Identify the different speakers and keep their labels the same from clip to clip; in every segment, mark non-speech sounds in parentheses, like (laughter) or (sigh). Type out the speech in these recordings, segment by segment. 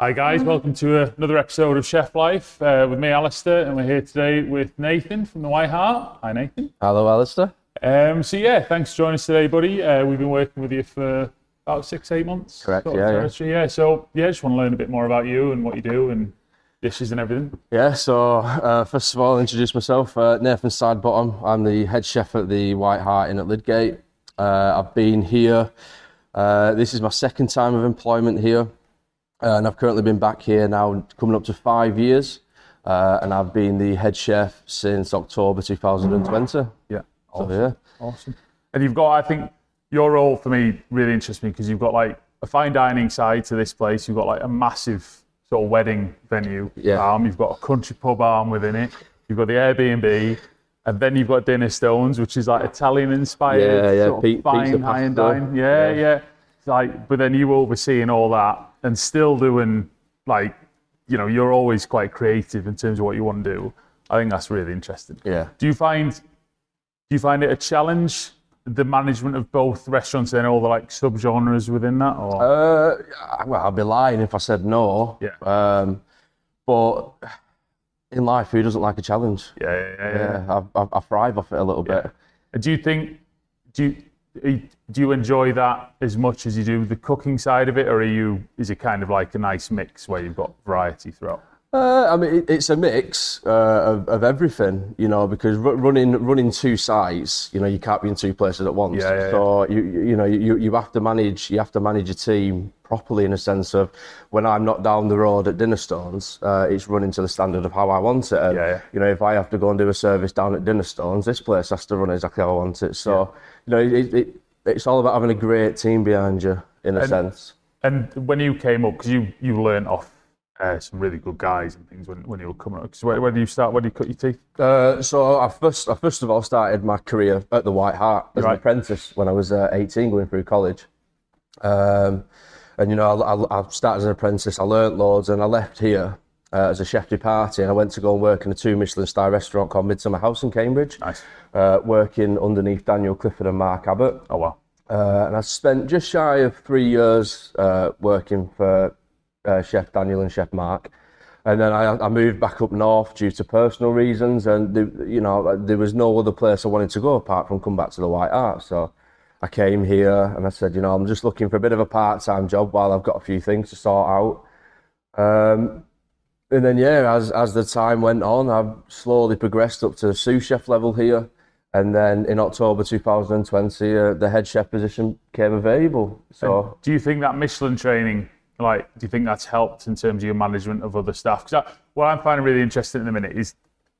Speaker 1: Hi
Speaker 2: Mm-hmm.
Speaker 1: guys, welcome to another episode of Chef Life uh, with me, Alistair, and we're here today with Nathan from the White Hart. Hi, Nathan.
Speaker 2: Hello, Alistair.
Speaker 1: Um, so yeah, thanks for joining us today, buddy. Uh, we've been working with you for about six, eight months.
Speaker 2: Correct,
Speaker 1: sort of
Speaker 2: yeah, yeah.
Speaker 1: territory. yeah. So yeah, just want to learn a bit more about you and what you do and dishes and everything.
Speaker 2: Yeah, so uh, first of all, I'll introduce myself. Uh, Nathan Sidebottom. I'm the head chef at the White Hart Inn at Lydgate. Uh, I've been here. Uh, this is my second time of employment here, uh, and I've currently been back here now coming up to five years. Uh, and I've been the head chef since October 2020.
Speaker 1: Yeah.
Speaker 2: Oh, yeah.
Speaker 1: Awesome. And you've got, I think, your role for me really interests me because you've got like a fine dining side to this place. You've got like a massive sort of wedding venue
Speaker 2: Yeah.
Speaker 1: arm. You've got a country pub arm within it. You've got the Airbnb, and then you've got Dinner Stones, which is like Italian inspired,
Speaker 2: Yeah, yeah,
Speaker 1: sort of
Speaker 2: pi-
Speaker 1: fine
Speaker 2: pizza,
Speaker 1: high and
Speaker 2: pasta.
Speaker 1: dine. Yeah, yeah.
Speaker 2: Yeah.
Speaker 1: It's like, but then you overseeing all that and still doing like, you know, you're always quite creative in terms of what you want to do. I think that's really interesting.
Speaker 2: Yeah.
Speaker 1: Do you find do you find it a challenge the management of both restaurants and all the like subgenres within that? Or
Speaker 2: Uh, well, I'd be lying if I said no.
Speaker 1: Yeah.
Speaker 2: Um, but in life, who doesn't like a challenge?
Speaker 1: yeah, yeah, yeah, yeah.
Speaker 2: Yeah, I, I, I thrive off it a little bit.
Speaker 1: Do you think do you are you- do you enjoy that as much as you do the cooking side of it, or are you is it kind of like a nice mix where you've got variety throughout?
Speaker 2: Uh, I mean, it, it's a mix uh, of, of everything, you know, because ru- running running two sites, you know, you can't be in two places at once.
Speaker 1: Yeah, yeah,
Speaker 2: so you you you know you, you have to manage you have to manage your team properly in a sense of when I'm not down the road at Dinner Stones, uh, it's running to the standard of how I want it. And,
Speaker 1: Yeah, yeah.
Speaker 2: You know, if I have to go and do a service down at Dinner Stones, this place has to run exactly how I want it. So, you know, it, it, it's all about having a great team behind you in a sense.
Speaker 1: And when you came up, because you you learnt off uh, some really good guys and things when, when you were coming up. 'Cause where, where do you start? Where do you cut your teeth?
Speaker 2: Uh, so I first, I first of all started my career at the White Hart as
Speaker 1: Right.
Speaker 2: an apprentice when I was uh, 18, going through college. Um, and you know, I, I, I started as an apprentice. I learnt loads, and I left here uh, as a chef de partie, and I went to go and work in a two Michelin star restaurant called Midsummer House in Cambridge.
Speaker 1: Nice.
Speaker 2: Uh, working underneath Daniel Clifford and Mark Abbott.
Speaker 1: Oh wow.
Speaker 2: Uh, and I spent just shy of three years uh, working for uh, Chef Daniel and Chef Mark. And then I, I moved back up north due to personal reasons, and the, you know there was no other place I wanted to go apart from come back to the White Hart. So I came here and I said, you know, I'm just looking for a bit of a part-time job while I've got a few things to sort out. Um, and then yeah, as as the time went on, I've slowly progressed up to sous chef level here, and then in October 2020, uh, the head chef position came available. So
Speaker 1: Do you think that Michelin training, like, do you think that's helped in terms of your management of other staff? Because what I'm finding really interesting at the minute is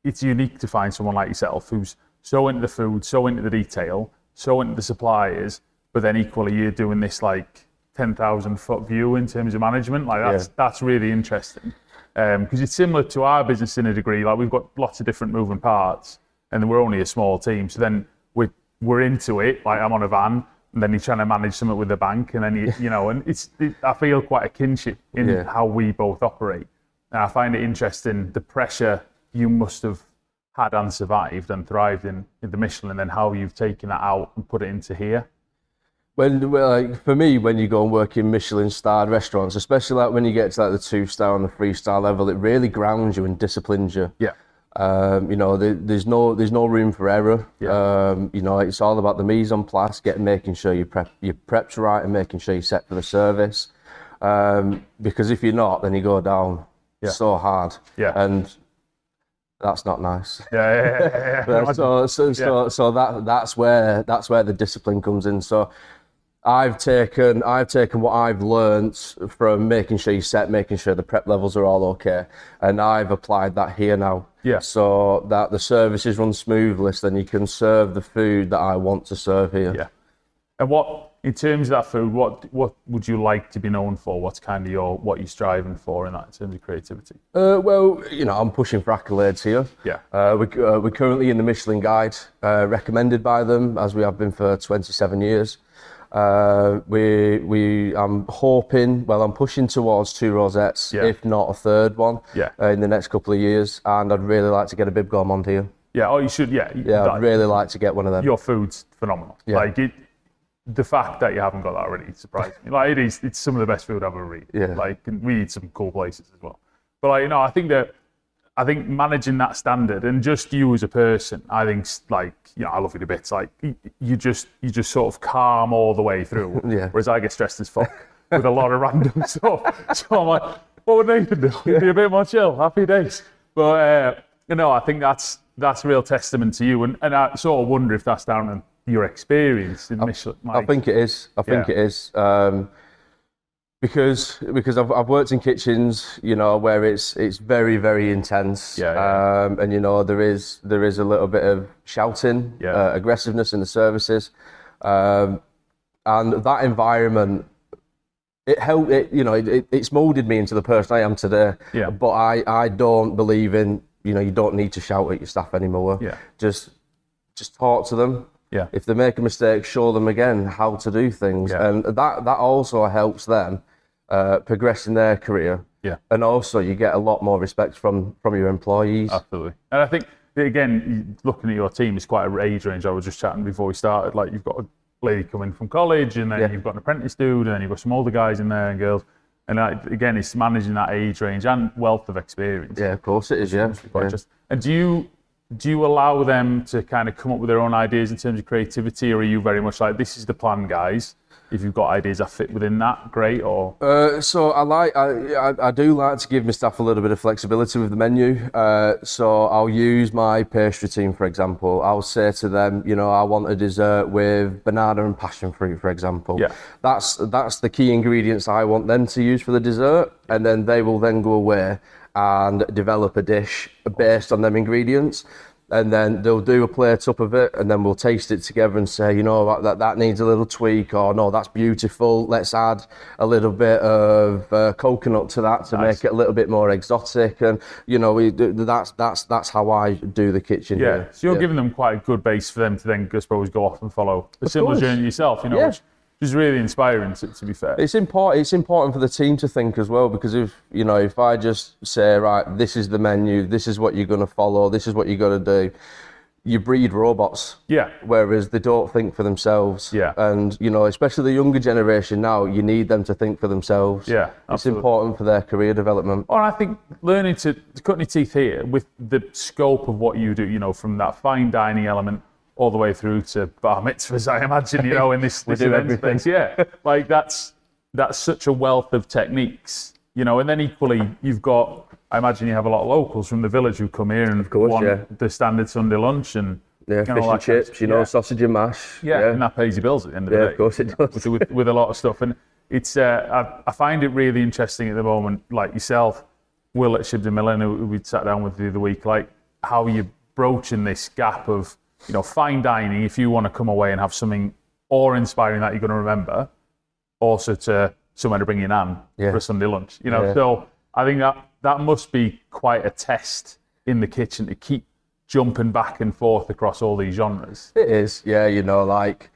Speaker 1: it's unique to find someone like yourself who's so into the food, so into the detail, so into the suppliers, but then equally you're doing this like 10,000 foot view in terms of management. Like that's
Speaker 2: Yeah.
Speaker 1: that's really interesting because it's similar to our business in a degree. Like we've got lots of different moving parts, and then we're only a small team. So then we're we're into it. Like I'm on a van, and then you're trying to manage something with the bank, and then you you know, and it's it, I feel quite a kinship in
Speaker 2: Yeah.
Speaker 1: how we both operate. And I find it interesting the pressure you must have had and survived and thrived in, in the Michelin, and then how you've taken that out and put it into here.
Speaker 2: when well, like for me, when you go and work in Michelin starred restaurants, especially like when you get to like the two star and the three star level, it really grounds you and disciplines you.
Speaker 1: Yeah.
Speaker 2: Um, you know, there, there's no there's no room for error.
Speaker 1: Yeah.
Speaker 2: Um, you know, it's all about the mise en place, getting making sure your prep your preps right and making sure you're set for the service. Um, because if you're not, then you go down so hard.
Speaker 1: Yeah.
Speaker 2: And that's not nice.
Speaker 1: Yeah, yeah, yeah, yeah, yeah.
Speaker 2: Yeah, so so so so that that's where that's where the discipline comes in. So I've taken I've taken what I've learnt from making sure you set, making sure the prep levels are all okay, and I've applied that here now.
Speaker 1: Yeah.
Speaker 2: So that the services run smoothly, so then you can serve the food that I want to serve here.
Speaker 1: (laughs) Yeah. And what, in terms of that food, what what would you like to be known for? What's kind of your what you're striving for in that in terms of creativity?
Speaker 2: Uh, well, you know, I'm pushing for accolades here.
Speaker 1: Yeah.
Speaker 2: Uh, we, uh, we're currently in the Michelin Guide, uh, recommended by them, as we have been for 27 years. Uh, we, we, I'm hoping, well, I'm pushing towards two rosettes,
Speaker 1: Yeah.
Speaker 2: if not a third one,
Speaker 1: Yeah.
Speaker 2: uh, in the next couple of years. And I'd really like to get a Bib Gourmand here.
Speaker 1: Yeah. Oh, you should. Yeah.
Speaker 2: Yeah,
Speaker 1: that-
Speaker 2: I'd really like to get one of them.
Speaker 1: Your food's phenomenal. Like it, the fact that you haven't got that already surprised me. Like it is, it's some of the best food I've ever eaten.
Speaker 2: Yeah.
Speaker 1: Like and we eat some cool places as well. But like you know, I think that I think managing that standard and just you as a person, I think s- like you know, I love you to bits. Like y- you just you just sort of calm all the way through.
Speaker 2: (laughs) Yeah.
Speaker 1: Whereas I get stressed as fuck with a lot of random (laughs) stuff. So I'm like, what would Nathan do? He'd be a bit more chill. Happy days. But uh, you know, I think that's that's real testament to you. And and I sort of wonder if that's down to your experience in Michelin.
Speaker 2: I think it is. I think
Speaker 1: Yeah.
Speaker 2: it is. Um, because because I've, I've worked in kitchens, you know, where it's it's very very intense,
Speaker 1: Yeah, yeah.
Speaker 2: Um, and you know there is there is a little bit of shouting,
Speaker 1: Yeah.
Speaker 2: uh, aggressiveness in the services, um, and that environment it helped it you know it, it, it's molded me into the person i am today
Speaker 1: Yeah.
Speaker 2: but i i don't believe in you know you don't need to shout at your staff anymore
Speaker 1: Yeah.
Speaker 2: just just talk to them
Speaker 1: Yeah.
Speaker 2: if they make a mistake show them again how to do things
Speaker 1: Yeah.
Speaker 2: and that that also helps them uh, progress in their career
Speaker 1: Yeah.
Speaker 2: and also you get a lot more respect from from your employees
Speaker 1: Absolutely. And I think, again, you- looking at your team, it's quite a age range. I was just chatting before we started. Like, you've got a lady coming from college, and then
Speaker 2: Yeah.
Speaker 1: you've got an apprentice dude, and then you've got some older guys in there and girls. And like, again, it's managing that age range and wealth of experience.
Speaker 2: yeah of course it is yeah,
Speaker 1: Quite
Speaker 2: yeah.
Speaker 1: just- and do you do you allow them to kind of come up with their own ideas in terms of creativity, or are you very much like this is the plan, guys? If you've got ideas that fit within that, great. Or
Speaker 2: Uh, so I like I, I I do like to give my staff a little bit of flexibility with the menu. Uh, so I'll use my pastry team for example. I'll say to them, you know, I want a dessert with banana and passion fruit, for example.
Speaker 1: Yeah.
Speaker 2: That's that's the key ingredients I want them to use for the dessert, and then they will then go away and develop a dish based on them ingredients. And then they'll do a plate up of it, and then we'll taste it together and say, you know, what, that, that needs a little tweak, or no, that's beautiful. Let's add a little bit of uh, coconut to that to
Speaker 1: Nice.
Speaker 2: make it a little bit more exotic. And you know, we, do- that's that's that's how I do the kitchen.
Speaker 1: Yeah.
Speaker 2: here.
Speaker 1: So you're giving them quite a good base for them to then, I suppose, go off and follow a similar
Speaker 2: course.
Speaker 1: journey yourself, you know,
Speaker 2: Yeah.
Speaker 1: which is really inspiring, to, to be fair.
Speaker 2: It's important. It's important for the team to think as well because if you know, if I just say right, this is the menu, this is what you're going to follow, this is what you're going to do, you breed robots.
Speaker 1: yeah.
Speaker 2: Whereas they don't think for themselves.
Speaker 1: Yeah.
Speaker 2: And you know, especially the younger generation now, you need them to think for themselves.
Speaker 1: Yeah,
Speaker 2: It's
Speaker 1: absolutely.
Speaker 2: important for their career development.
Speaker 1: Or I think learning to cut your teeth here with the scope of what you do, you know, from that fine dining element all the way through to bar mitzvahs, I imagine, you know, in
Speaker 2: (laughs)
Speaker 1: this, this
Speaker 2: do
Speaker 1: event
Speaker 2: everything.
Speaker 1: space.
Speaker 2: (laughs)
Speaker 1: Yeah. Like that's that's such a wealth of techniques, you know, and then equally you've got I imagine you have a lot of locals from the village who come here and
Speaker 2: course,
Speaker 1: want
Speaker 2: yeah.
Speaker 1: the standard Sunday lunch and
Speaker 2: Yeah.
Speaker 1: you know, all
Speaker 2: fish and
Speaker 1: that kind of
Speaker 2: chips, you know,
Speaker 1: yeah.
Speaker 2: sausage and mash.
Speaker 1: yeah,
Speaker 2: Yeah.
Speaker 1: and that pays your bills at the end of
Speaker 2: Yeah,
Speaker 1: the
Speaker 2: of
Speaker 1: day.
Speaker 2: course it does.
Speaker 1: With, with a lot of stuff, and it's uh, I, I find it really interesting at the moment, like yourself, Will at Shibden Millen, who who we sat down with the other week, like how you're broaching this gap of you know fine dining. If you want to come away and have something awe-inspiring that you're going to remember, also to somewhere to bring your nan
Speaker 2: Yeah.
Speaker 1: for a Sunday lunch, you know.
Speaker 2: Yeah.
Speaker 1: So I think that that must be quite a test in the kitchen to keep jumping back and forth across all these genres.
Speaker 2: It is, yeah, you know, like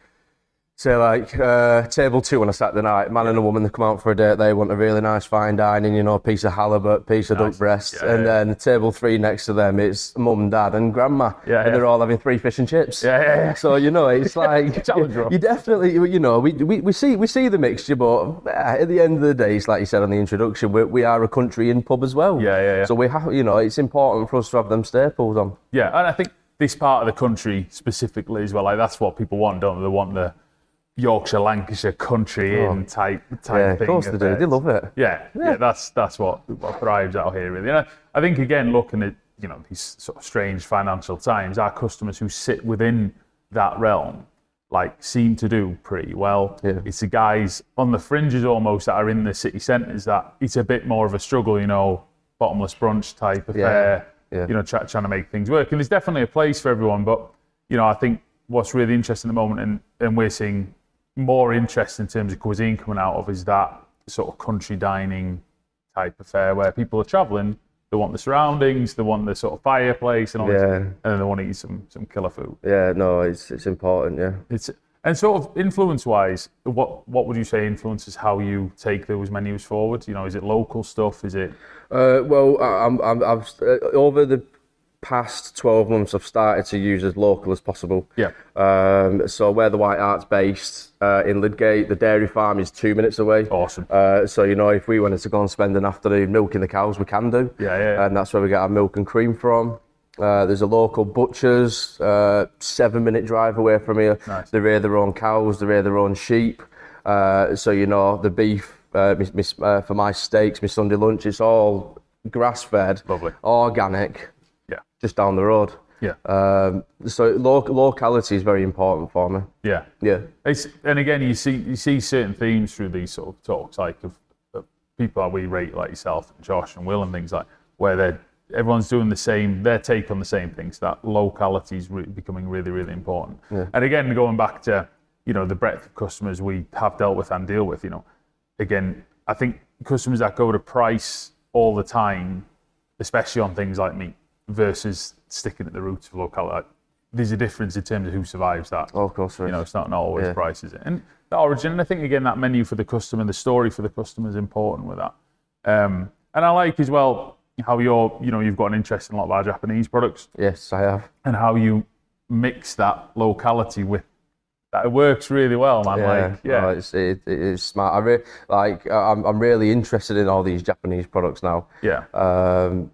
Speaker 2: say like uh, table two on a Saturday night, man and a woman they come out for a date, they want a really nice fine dining, you know, piece of halibut, piece of duck breast,
Speaker 1: Yeah,
Speaker 2: and
Speaker 1: yeah.
Speaker 2: then table three next to them it's mum, dad and grandma.
Speaker 1: Yeah,
Speaker 2: and
Speaker 1: yeah.
Speaker 2: they're all having three fish and chips.
Speaker 1: Yeah, yeah, yeah.
Speaker 2: So you
Speaker 1: (laughs)
Speaker 2: know, it's like
Speaker 1: Challenge room.
Speaker 2: you definitely you you know, we, we, we see we see the mixture, but eh, at the end of the day, it's like you said on the introduction, we, we are a country inn pub as well.
Speaker 1: Yeah, yeah, yeah.
Speaker 2: So we have you know, it's important for us to have them staples on.
Speaker 1: Yeah, and I think this part of the country specifically as well, like that's what people want, don't they? They want the Yorkshire, Lancashire country inn type type
Speaker 2: Oh, Yeah,
Speaker 1: thing.
Speaker 2: of course they do.
Speaker 1: affairs.
Speaker 2: They love it.
Speaker 1: Yeah, yeah, that's that's what, what thrives out here really. And I, I think again, looking at you know these sort of strange financial times, our customers who sit within that realm like seem to do pretty well.
Speaker 2: Yeah.
Speaker 1: It's the guys on the fringes almost that are in the city centres that it's a bit more of a struggle, you know, bottomless brunch type affair.
Speaker 2: Yeah.
Speaker 1: You know, try, trying to make things work. And there's definitely a place for everyone, but you know, I think what's really interesting at the moment, and, and we're seeing more interest in terms of cuisine coming out of is that sort of country dining type affair where people are traveling, they want the surroundings, they want the sort of fireplace and all this,
Speaker 2: Yeah.
Speaker 1: and then they want to eat some some killer food.
Speaker 2: Yeah, no, it's it's important, yeah.
Speaker 1: It's and sort of influence wise, what what would you say influences how you take those menus forward? You know, is it local stuff? Is it
Speaker 2: Uh, well, I- I'm, I'm, I've uh, over the past 12 months, I've started to use as local as possible.
Speaker 1: Yeah.
Speaker 2: Um, so where the White Art's based uh, in Lydgate, the dairy farm is two minutes away.
Speaker 1: Awesome.
Speaker 2: Uh, so you know, if we wanted to go and spend an afternoon milking the cows, we can do.
Speaker 1: Yeah, yeah, yeah.
Speaker 2: And that's where we get our milk and cream from. Uh, there's a local butcher's, uh, seven-minute drive away from here.
Speaker 1: Nice.
Speaker 2: They rear their own cows, they rear their own sheep. Uh, so you know, the beef uh, mis- mis- uh, for my steaks, my Sunday lunch, it's all grass-fed,
Speaker 1: Lovely.
Speaker 2: organic,
Speaker 1: yeah.
Speaker 2: just down the road.
Speaker 1: Yeah.
Speaker 2: Um, so loc locality is very important for me.
Speaker 1: Yeah.
Speaker 2: Yeah.
Speaker 1: It's, and again, you see you see certain themes through these sort of talks, like of, of people that we rate, like yourself and Josh and Will and things like, where they're everyone's doing the same, their take on the same things. That locality is re- becoming really, really important. And again, going back to you know the breadth of customers we have dealt with and deal with, you know, again, I think customers that go to price all the time, especially on things like meat, versus sticking at the roots of locality. There's a difference in terms of who survives that
Speaker 2: Of course, there
Speaker 1: you
Speaker 2: is.
Speaker 1: know, it's not, not always
Speaker 2: Yeah.
Speaker 1: price, is it? And the origin, and I think again that menu for the customer, the story for the customer is important with that. Um, and I like as well how you're, you know, you've got an interest in a lot of our Japanese products
Speaker 2: Yes, I have.
Speaker 1: and how you mix that locality with that. It works really well, man. like, yeah,
Speaker 2: no, it's, it, it is smart. I re- like I- I'm, I'm really interested in all these Japanese products now.
Speaker 1: yeah.
Speaker 2: Um,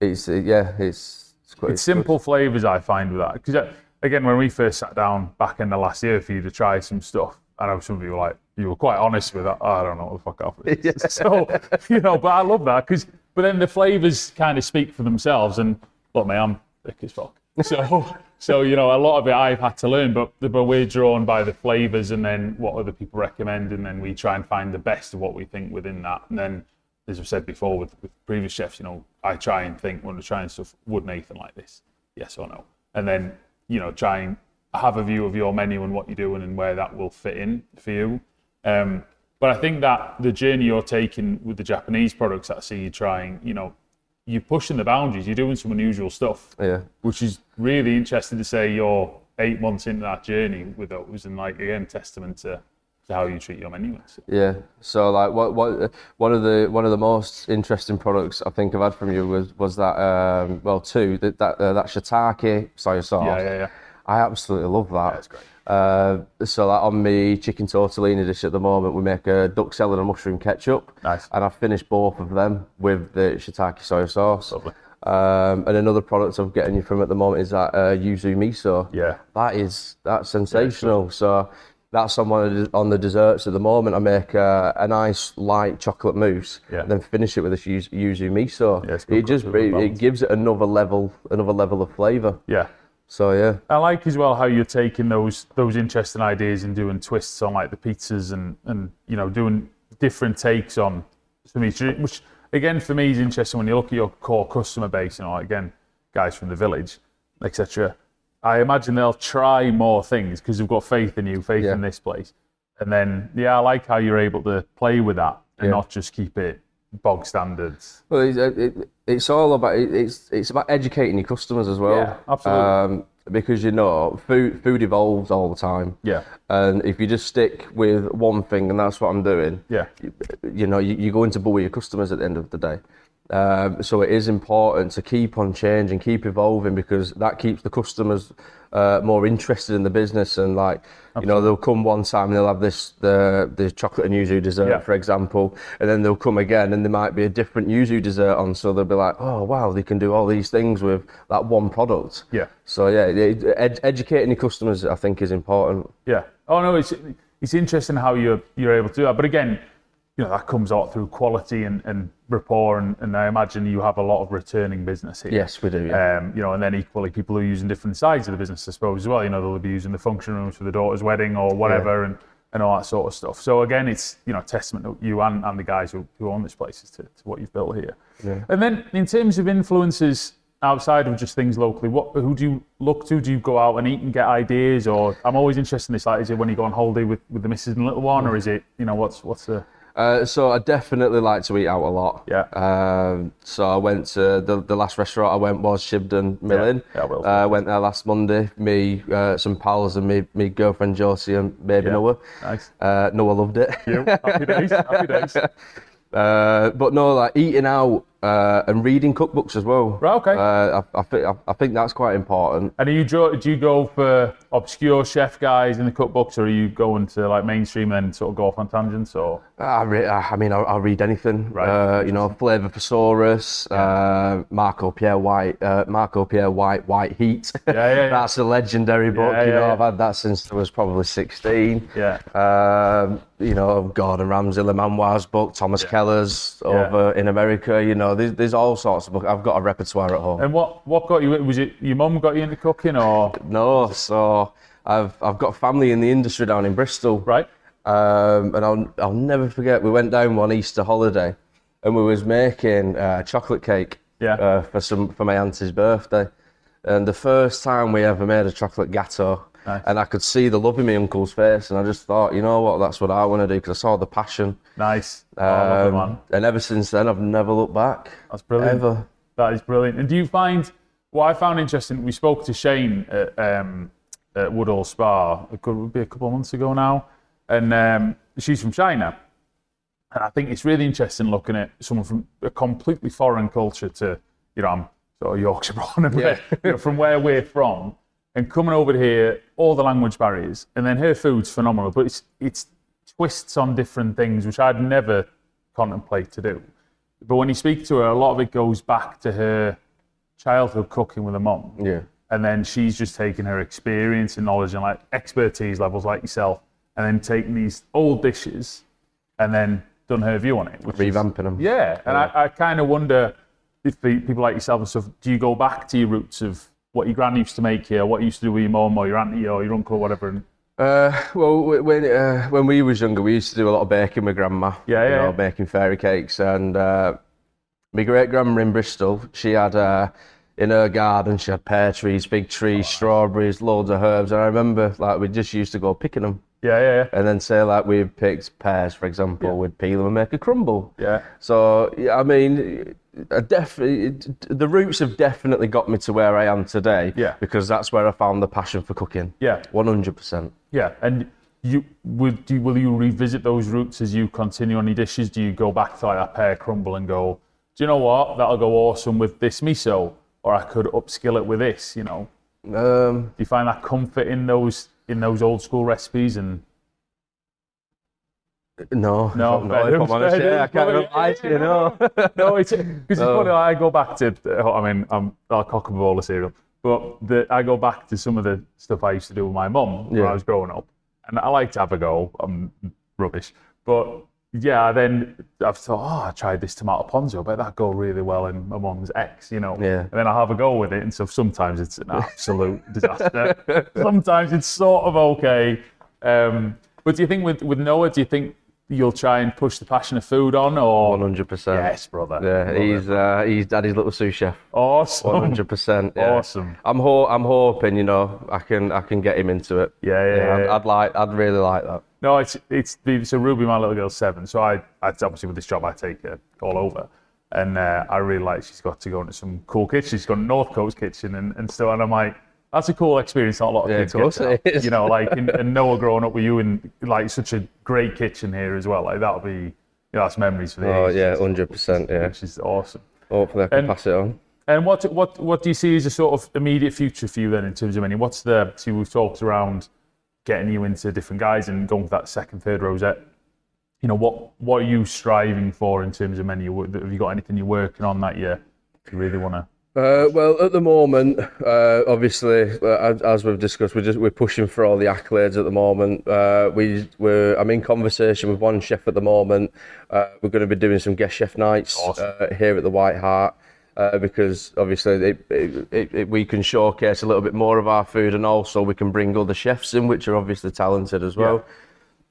Speaker 2: it's uh, yeah, it's it's quite
Speaker 1: It's simple flavors I find with that because again, when we first sat down back in the last year for you to try some stuff, I know some of you were like you were quite honest with that. "Oh, I don't know what the fuck up. is." So you know, but I love that because but then the flavors kind of speak for themselves. And look, mate, I'm thick as fuck. So so you know, a lot of it I've had to learn, but but we're drawn by the flavors and then what other people recommend, and then we try and find the best of what we think within that, and then as I've said before with, with previous chefs, you know, I try and think when we're trying stuff, would Nathan like this? Yes or no? And then, you know, try and have a view of your menu and what you're doing and where that will fit in for you. Um, but I think that the journey you're taking with the Japanese products that I see you trying, you know, you're pushing the boundaries, you're doing some unusual stuff,
Speaker 2: Yeah.
Speaker 1: which is really interesting to say you're eight months into that journey with those and like again testament to, to how you treat your menu. So,
Speaker 2: Yeah. So like what what one of the one of the most interesting products I think I've had from you was was that um, well two that that uh, that shiitake soy sauce.
Speaker 1: yeah, yeah, yeah.
Speaker 2: I absolutely love that.
Speaker 1: That's great.
Speaker 2: Uh, so like on me chicken tortellini dish at the moment, we make a duck salad and mushroom ketchup.
Speaker 1: Nice.
Speaker 2: And I finished both of them with the shiitake soy sauce.
Speaker 1: Lovely.
Speaker 2: Um, and another product I'm getting you from at the moment is that uh, yuzu miso.
Speaker 1: Yeah.
Speaker 2: That is that's sensational. so that's on one of the, on the desserts at the moment. I make uh, a nice light chocolate mousse,
Speaker 1: Yeah.
Speaker 2: and then finish it with this yuzu, yuzu miso.
Speaker 1: Yeah, it's good
Speaker 2: it just
Speaker 1: cultural
Speaker 2: it,
Speaker 1: balance.
Speaker 2: it gives it another level another level of flavour.
Speaker 1: Yeah.
Speaker 2: So yeah.
Speaker 1: I like as well how you're taking those those interesting ideas and doing twists on like the pizzas and and you know doing different takes on some each which again for me is interesting when you look at your core customer base you know like, again guys from the village etc. I imagine they'll try more things because they've got faith in you, faith
Speaker 2: Yeah.
Speaker 1: in this place, and then yeah, I like how you're able to play with that and
Speaker 2: Yeah.
Speaker 1: not just keep it bog standards.
Speaker 2: Well, it's, uh, it, it- it's all about it- it's it's about educating your customers as well.
Speaker 1: Yeah, absolutely.
Speaker 2: Um, because you know, food food evolves all the time.
Speaker 1: Yeah.
Speaker 2: And if you just stick with one thing, and that's what I'm doing.
Speaker 1: Yeah,
Speaker 2: You, you know, you, you're going to bore your customers at the end of the day. Um, so it is important to keep on changing, keep evolving, because that keeps the customers uh, more interested in the business. And like, you know, they'll come one time and they'll have this the the chocolate and yuzu dessert,
Speaker 1: Yeah.
Speaker 2: for example, and then they'll come again and there might be a different yuzu dessert on. So they'll be like, oh wow, they can do all these things with that one product.
Speaker 1: Yeah.
Speaker 2: So yeah, it, ed- educating your customers, I think, is important.
Speaker 1: Yeah. Oh no, it's it's interesting how you're you're able to do that. But again, you know that comes out through quality and, and rapport, and, and I imagine you have a lot of returning business here.
Speaker 2: Yes, we do. Yeah.
Speaker 1: Um, you know, and then equally, people who are using different sides of the business, I suppose, as well. You know, they'll be using the function rooms for the daughter's wedding or whatever, and, and all that sort of stuff. So again, it's you know, testament to you and, and the guys who, who own this place as to, to what you've built here. And then in terms of influences outside of just things locally, what who do you look to? Do you go out and eat and get ideas, or I'm always interested in this. Like, is it when you go on holiday with, with the missus and little one, or is it you know what's what's the
Speaker 2: Uh, so I definitely like to eat out a lot.
Speaker 1: Yeah.
Speaker 2: Um, so I went to the, the last restaurant I went was Shibden Millin.
Speaker 1: Yeah, yeah, well-
Speaker 2: uh, went there last Monday. Me, uh, some pals, and me, me girlfriend Josie and baby
Speaker 1: Yeah.
Speaker 2: Noah.
Speaker 1: nice?
Speaker 2: Uh, Noah loved it. (laughs)
Speaker 1: You happy days, happy days.
Speaker 2: Uh, but no, like eating out uh, and reading cookbooks as well.
Speaker 1: Right, okay.
Speaker 2: Uh, I, I, thi- I, I think that's quite important.
Speaker 1: And are you draw, do you go for obscure chef guys in the cookbooks, or are you going to like mainstream and sort of go off on tangents?
Speaker 2: (laughs)
Speaker 1: Or
Speaker 2: I, re- I I mean, I, I read anything.
Speaker 1: Right.
Speaker 2: Uh, you know, Flavor Thesaurus, uh, Marco Pierre White, uh, Marco Pierre White, White Heat. (laughs)
Speaker 1: yeah, yeah.
Speaker 2: that's a legendary book.
Speaker 1: Yeah,
Speaker 2: you
Speaker 1: yeah,
Speaker 2: know,
Speaker 1: yeah.
Speaker 2: I've had that since I was probably 16.
Speaker 1: Yeah.
Speaker 2: Um, you know, Gordon Ramsay, Le Manoir's book, Thomas Keller's over in America. You know, there's, there's all sorts of books. I've got a repertoire at home.
Speaker 1: and what what got you? Was it your mum got you into cooking, or
Speaker 2: No, so I've I've got family in the industry down in Bristol.
Speaker 1: right?
Speaker 2: Um, and I'll I'll never forget. We went down one Easter holiday, and we was making uh, chocolate cake.
Speaker 1: Yeah.
Speaker 2: Uh, for some for my auntie's birthday, and the first time we ever made a chocolate gatto.
Speaker 1: Nice.
Speaker 2: And I could see the love in my uncle's face, and I just thought, you know what, that's what I want to do because I saw the passion.
Speaker 1: Nice. Oh, lovely Oh,
Speaker 2: Um,
Speaker 1: man.
Speaker 2: and ever since then, I've never looked back.
Speaker 1: That's brilliant.
Speaker 2: Ever.
Speaker 1: That is brilliant. And do you find what I found interesting? We spoke to Shane at, um, at Woodall Spa. It could be a couple of months ago now, and um, she's from China. And I think it's really interesting looking at someone from a completely foreign culture to you know I'm sort of Yorkshire (laughs) born and bred,
Speaker 2: Yeah.
Speaker 1: you know, from where we're from, and coming over here, all the language barriers, and then her food's phenomenal, but it's it's twists on different things which I'd never contemplate to do. But when you speak to her, a lot of it goes back to her childhood cooking with her mom.
Speaker 2: Yeah.
Speaker 1: And then she's just taking her experience and knowledge and like expertise levels like yourself, and then taking these old dishes and then done her view on it. Which is-
Speaker 2: Revamping them.
Speaker 1: yeah, and I, I kind of wonder if the, people like yourself and stuff, do you go back to your roots of what your gran used to make here, what you used to do with your mum or your auntie or your uncle or whatever? And
Speaker 2: Uh, well, w- when uh, when we was younger, we used to do a lot of baking with grandma.
Speaker 1: Yeah,
Speaker 2: you
Speaker 1: yeah,
Speaker 2: know,
Speaker 1: yeah.
Speaker 2: baking fairy cakes, and uh, my great grandma in Bristol, she had uh, in her garden, she had pear trees, big trees, strawberries, loads of herbs, and I remember like we just used to go picking them,
Speaker 1: yeah, yeah, yeah.
Speaker 2: and then say like we picked pears, for example, we'd peel them and make a crumble.
Speaker 1: Yeah.
Speaker 2: So yeah, I mean, I def- uh, the roots have definitely got me to where I am today.
Speaker 1: Yeah.
Speaker 2: because that's where I found the passion for cooking.
Speaker 1: Yeah.
Speaker 2: one hundred percent.
Speaker 1: Yeah, and you would do, will you revisit those routes as you continue on your dishes? Do you go back to like that pear crumble and go, do you know what? That'll go awesome with this miso, or I could upskill it with this. You know,
Speaker 2: Um,
Speaker 1: do you find that comfort in those in those old school recipes? And
Speaker 2: No,
Speaker 1: No,
Speaker 2: if I'm-
Speaker 1: fair
Speaker 2: if I'm
Speaker 1: dues,
Speaker 2: honest,
Speaker 1: fair
Speaker 2: yeah, I
Speaker 1: dues,
Speaker 2: can't.
Speaker 1: brother,
Speaker 2: remember.
Speaker 1: yeah,
Speaker 2: I
Speaker 1: yeah,
Speaker 2: actually
Speaker 1: yeah,
Speaker 2: know.
Speaker 1: (laughs) no, it's because it's
Speaker 2: No.
Speaker 1: funny. I go back to, I mean, I'm I'll cock and ball a cereal, but the, I go back to some of the stuff I used to do with my mum when
Speaker 2: Yeah.
Speaker 1: I was growing up, and I like to have a go. I'm rubbish, but yeah, then I've thought, oh, I tried this tomato ponzo, but that go really well in my mum's ex, you know.
Speaker 2: Yeah.
Speaker 1: And then I have a go with it, and so sometimes it's
Speaker 2: (laughs)
Speaker 1: an absolute disaster. Sometimes it's sort of okay. Um, but do you think with with Noah, do you think you'll try and push the passion of food on, or
Speaker 2: One hundred percent.
Speaker 1: Yes, brother.
Speaker 2: Yeah,
Speaker 1: Love
Speaker 2: he's
Speaker 1: it.
Speaker 2: uh, he's daddy's little sous chef. One
Speaker 1: awesome.
Speaker 2: hundred percent. yeah.
Speaker 1: Awesome.
Speaker 2: I'm ho- I'm hoping you know I can I can get him into it.
Speaker 1: (laughs) Yeah, yeah,
Speaker 2: I'd,
Speaker 1: yeah.
Speaker 2: I'd like I'd really like that.
Speaker 1: No, it's it's the so Ruby, my little girl's seven. So I, I obviously with this job, I take her all over, and uh, I really like she's got to go into some cool kitchen. She's gone to Northcote's kitchen, and and so and I'm like. That's a cool experience. Not a lot of
Speaker 2: Yeah,
Speaker 1: kids
Speaker 2: of course
Speaker 1: get
Speaker 2: it
Speaker 1: that.
Speaker 2: is.
Speaker 1: You know, like
Speaker 2: (laughs)
Speaker 1: and, and Noah growing up with you in like such a great kitchen here as well. Like that'll be, you know, that's memories for the
Speaker 2: Oh
Speaker 1: ages,
Speaker 2: yeah, hundred percent. Yeah.
Speaker 1: which is awesome.
Speaker 2: Hopefully I can
Speaker 1: And-
Speaker 2: pass it on.
Speaker 1: And what what what do you see as a sort of immediate future for you then in terms of any? What's the see we've talked around getting you into different guys and going for that second third rosette. You know what what are you striving for in terms of menu? What- Have you got anything you're working on that you you really want to?
Speaker 2: Uh, well, at the moment, uh, obviously, uh, as- as we've discussed, we're just we're pushing for all the accolades at the moment. Uh, we we're I'm in conversation with one chef at the moment. Uh, we're going to be doing some guest chef nights
Speaker 1: Awesome.
Speaker 2: uh, here at the White Hart. Uh, because obviously it, it, it, it, we can showcase a little bit more of our food and also we can bring other chefs in which are obviously talented as well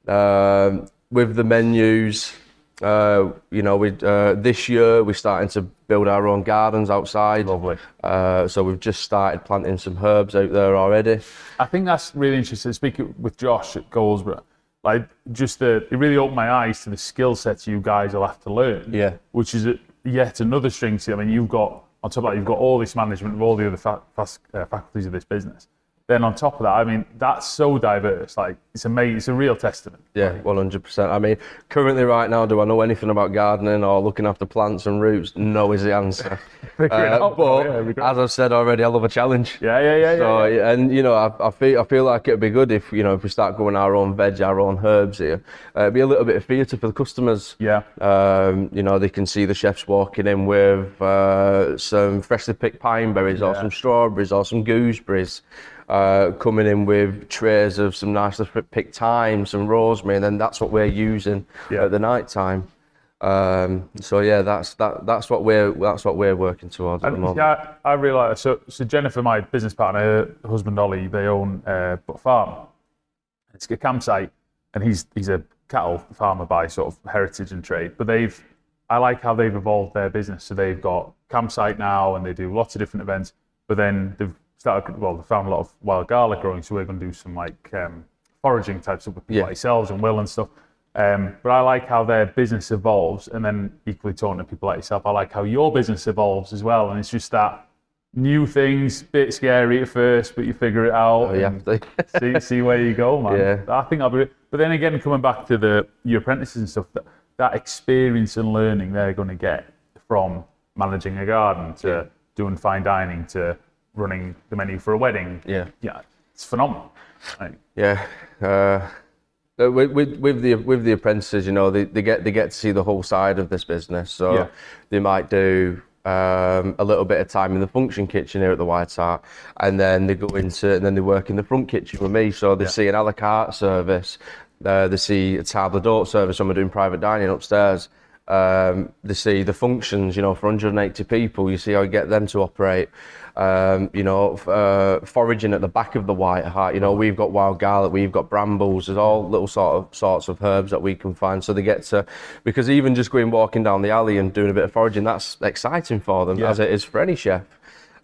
Speaker 2: um, with the menus, uh, you know, we uh, this year we're starting to build our own gardens outside.
Speaker 1: Lovely.
Speaker 2: Uh, so we've just started planting some herbs out there already.
Speaker 1: I think that's really interesting. Speaking with Josh at Goldsborough, like just the it really opened my eyes to the skill sets you guys will have to learn.
Speaker 2: Yeah.
Speaker 1: which is a, yet another string to. I mean, you've got on top of that, you've got all this management of all the other fa- fas- uh, faculties of this business. Then Then on top of that, I mean, that's so diverse. Like, it's amazing. It's a real testament.
Speaker 2: Yeah, one hundred percent. I mean, currently, right now, do I know anything about gardening or looking after plants and roots? No is the answer.
Speaker 1: (laughs)
Speaker 2: Uh,
Speaker 1: Figure it out,
Speaker 2: but
Speaker 1: yeah, we got-
Speaker 2: as I've said already, I love a challenge.
Speaker 1: Yeah, yeah, yeah, yeah,
Speaker 2: So, and you know, I, I feel I feel like it'd be good if you know if we start growing our own veg, our own herbs here. Uh, it'd be a little bit of theatre for the customers.
Speaker 1: Yeah.
Speaker 2: Um, you know, they can see the chefs walking in with uh, some freshly picked pine berries or
Speaker 1: Yeah.
Speaker 2: some strawberries or some gooseberries, uh, coming in with trays of some nicely fr- picked thyme, some rosemary, and then that's what we're using
Speaker 1: Yeah.
Speaker 2: at the night time. Um, so yeah, that's that, that's what we're that's what we're working towards at the moment.
Speaker 1: Yeah, I really like that. So, so Jennifer, my business partner, her husband Ollie, they own uh, Butt Farm. It's a campsite, and he's he's a cattle farmer by sort of heritage and trade. But they've, I like how they've evolved their business. So they've got campsite now, and they do lots of different events. But then they've started. Well, they found a lot of wild garlic growing, so we're going to do some like um, foraging type stuff with people
Speaker 2: Yeah.
Speaker 1: like yourselves and Will and stuff. Um, but I like how their business evolves, and then equally talking to people like yourself, I like how your business evolves as well. And it's just that new things, bit scary at first, but you figure it out.
Speaker 2: So, Oh, yeah,
Speaker 1: and (laughs)
Speaker 2: (laughs)
Speaker 1: see, see where you go, man.
Speaker 2: Yeah.
Speaker 1: I think I'll be. But then again, coming back to the your apprentices and stuff, that, that experience and learning they're going to get from managing a garden to doing fine dining to running the menu for a wedding.
Speaker 2: yeah.
Speaker 1: Yeah, it's phenomenal. Like,
Speaker 2: Yeah. Uh, uh, with, with with the with the apprentices, you know, they, they get they get to see the whole side of this business. So
Speaker 1: Yeah.
Speaker 2: they might do um, a little bit of time in the function kitchen here at the White Hart, and then they go into and then they work in the front kitchen with me. So they see an a la carte service, uh, they see a table d'hôte service. When we're doing private dining upstairs, um, they see the functions, you know, for 180 people, you see how you get them to operate. Um, you know, f- uh, foraging at the back of the White Hart, you know, we've got wild garlic, we've got brambles, there's all little sort of sorts of herbs that we can find. So they get to, because even just going walking down the alley and doing a bit of foraging, that's exciting for them,
Speaker 1: Yeah.
Speaker 2: as it is for any chef.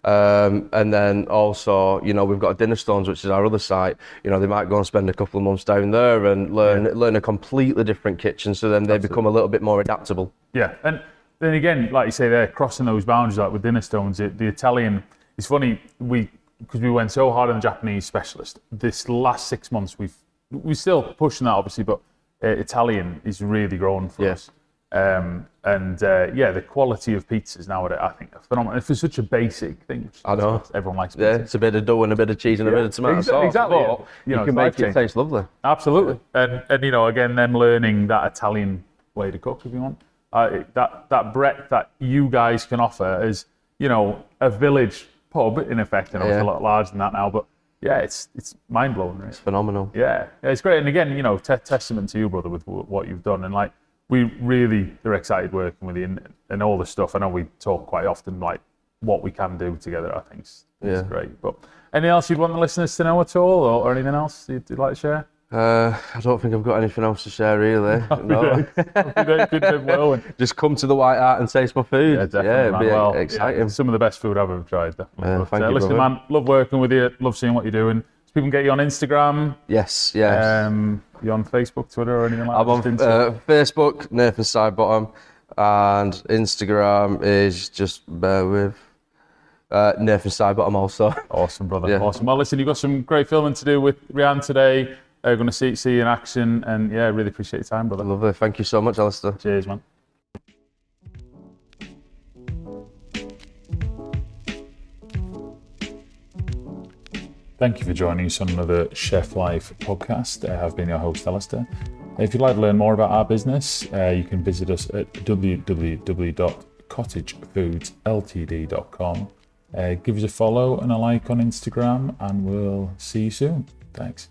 Speaker 2: Um, and then also, you know, we've got Dinner Stones, which is our other site. You know, they might go and spend a couple of months down there and learn learn a completely different kitchen. So then they become a little bit more adaptable.
Speaker 1: Yeah, and then again, like you say, they're crossing those boundaries, like with dinner stones. The, the Italian, it's funny we because we went so hard on the Japanese specialist. This last six months, we've we're still pushing that obviously, but uh, Italian is really growing for
Speaker 2: Yeah.
Speaker 1: us. Um, and uh, yeah, the quality of pizzas nowadays, I think, are phenomenal. And for such a basic thing, which
Speaker 2: I know.
Speaker 1: everyone likes.
Speaker 2: Yeah,
Speaker 1: Pizza.
Speaker 2: it's a bit of dough and a bit of cheese and a bit of tomato
Speaker 1: Exa-
Speaker 2: sauce.
Speaker 1: exactly.
Speaker 2: but
Speaker 1: You
Speaker 2: you,
Speaker 1: know, it's
Speaker 2: can make
Speaker 1: life-changing.
Speaker 2: it taste lovely.
Speaker 1: Absolutely. And and you know, again, them learning that Italian way to cook, if you want, uh, it- that that breadth that you guys can offer is, you know, a village pub in effect. And it's a
Speaker 2: Yeah.
Speaker 1: lot larger than that now, but yeah, it's it's mind blowing, right?
Speaker 2: Phenomenal.
Speaker 1: Yeah, yeah, it's great. And again, you know, te- testament to you, brother, with w- what you've done. And like, we really are excited working with you and, and all this stuff. I know we talk quite often, like, what we can do together, I think is is
Speaker 2: Yeah.
Speaker 1: great. But anything else you'd want the listeners to know at all, or, or anything else you'd, you'd like to share?
Speaker 2: Uh, I don't think I've got anything else to share
Speaker 1: (laughs)
Speaker 2: really. no.
Speaker 1: Good live well. And,
Speaker 2: Just come to the White Hart and taste my food.
Speaker 1: yeah, definitely.
Speaker 2: it'd
Speaker 1: man.
Speaker 2: be
Speaker 1: well, yeah,
Speaker 2: exciting.
Speaker 1: some of the best food I've ever tried, definitely.
Speaker 2: Yeah,
Speaker 1: But, uh,
Speaker 2: thank you,
Speaker 1: listen,
Speaker 2: brother.
Speaker 1: man, love working with you. Love seeing what you're doing. So people can get you on Instagram,
Speaker 2: Yes, yes.
Speaker 1: um, you on Facebook, Twitter, or anything like
Speaker 2: I'm
Speaker 1: that.
Speaker 2: on
Speaker 1: Just into-
Speaker 2: uh, Facebook, Nathan Sidebottom, and Instagram is just bear with uh, Nathan Sidebottom also. (laughs)
Speaker 1: Awesome, brother.
Speaker 2: Yeah.
Speaker 1: Awesome. Well, listen, you've got some great filming to do with Rihanna today. Uh, going to see see you in action, and yeah, really appreciate your time, brother.
Speaker 2: Lovely. Thank you so much, Alistair.
Speaker 1: Cheers, man. Thank you for joining us on another Chef Life podcast. Uh, I've been your host, Alistair. If you'd like to learn more about our business, uh, you can visit us at www.cottagefoodsltd.com. Uh, give us a follow and a like on Instagram, and we'll see you soon. Thanks.